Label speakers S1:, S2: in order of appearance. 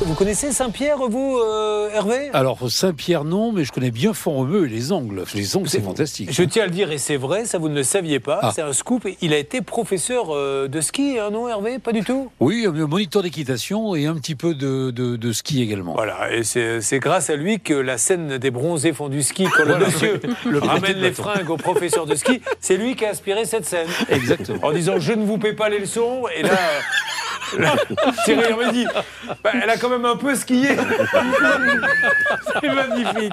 S1: Vous connaissez Saint-Pierre, vous, euh, Hervé
S2: Alors, Saint-Pierre, non, mais je connais bien Font-Romeu et les Angles. Les Angles, c'est fantastique.
S1: Je
S2: hein.
S1: tiens à le dire, et c'est vrai, ça vous ne le saviez pas,
S2: Ah.
S1: c'est un scoop. Il a été professeur euh, de ski, hein, non, Hervé Pas du tout
S2: Oui, un moniteur d'équitation et un petit peu de, de- de ski également.
S1: Voilà, et c'est c'est grâce à lui que la scène des bronzés font du ski, quand le monsieur ramène les fringues au professeur de ski, c'est lui qui a inspiré cette scène.
S2: Exactement.
S1: En disant je ne vous paie pas les leçons, et là. euh, là, Thierry Hervé dit Bah, elle a quand même un peu skié. C'est magnifique.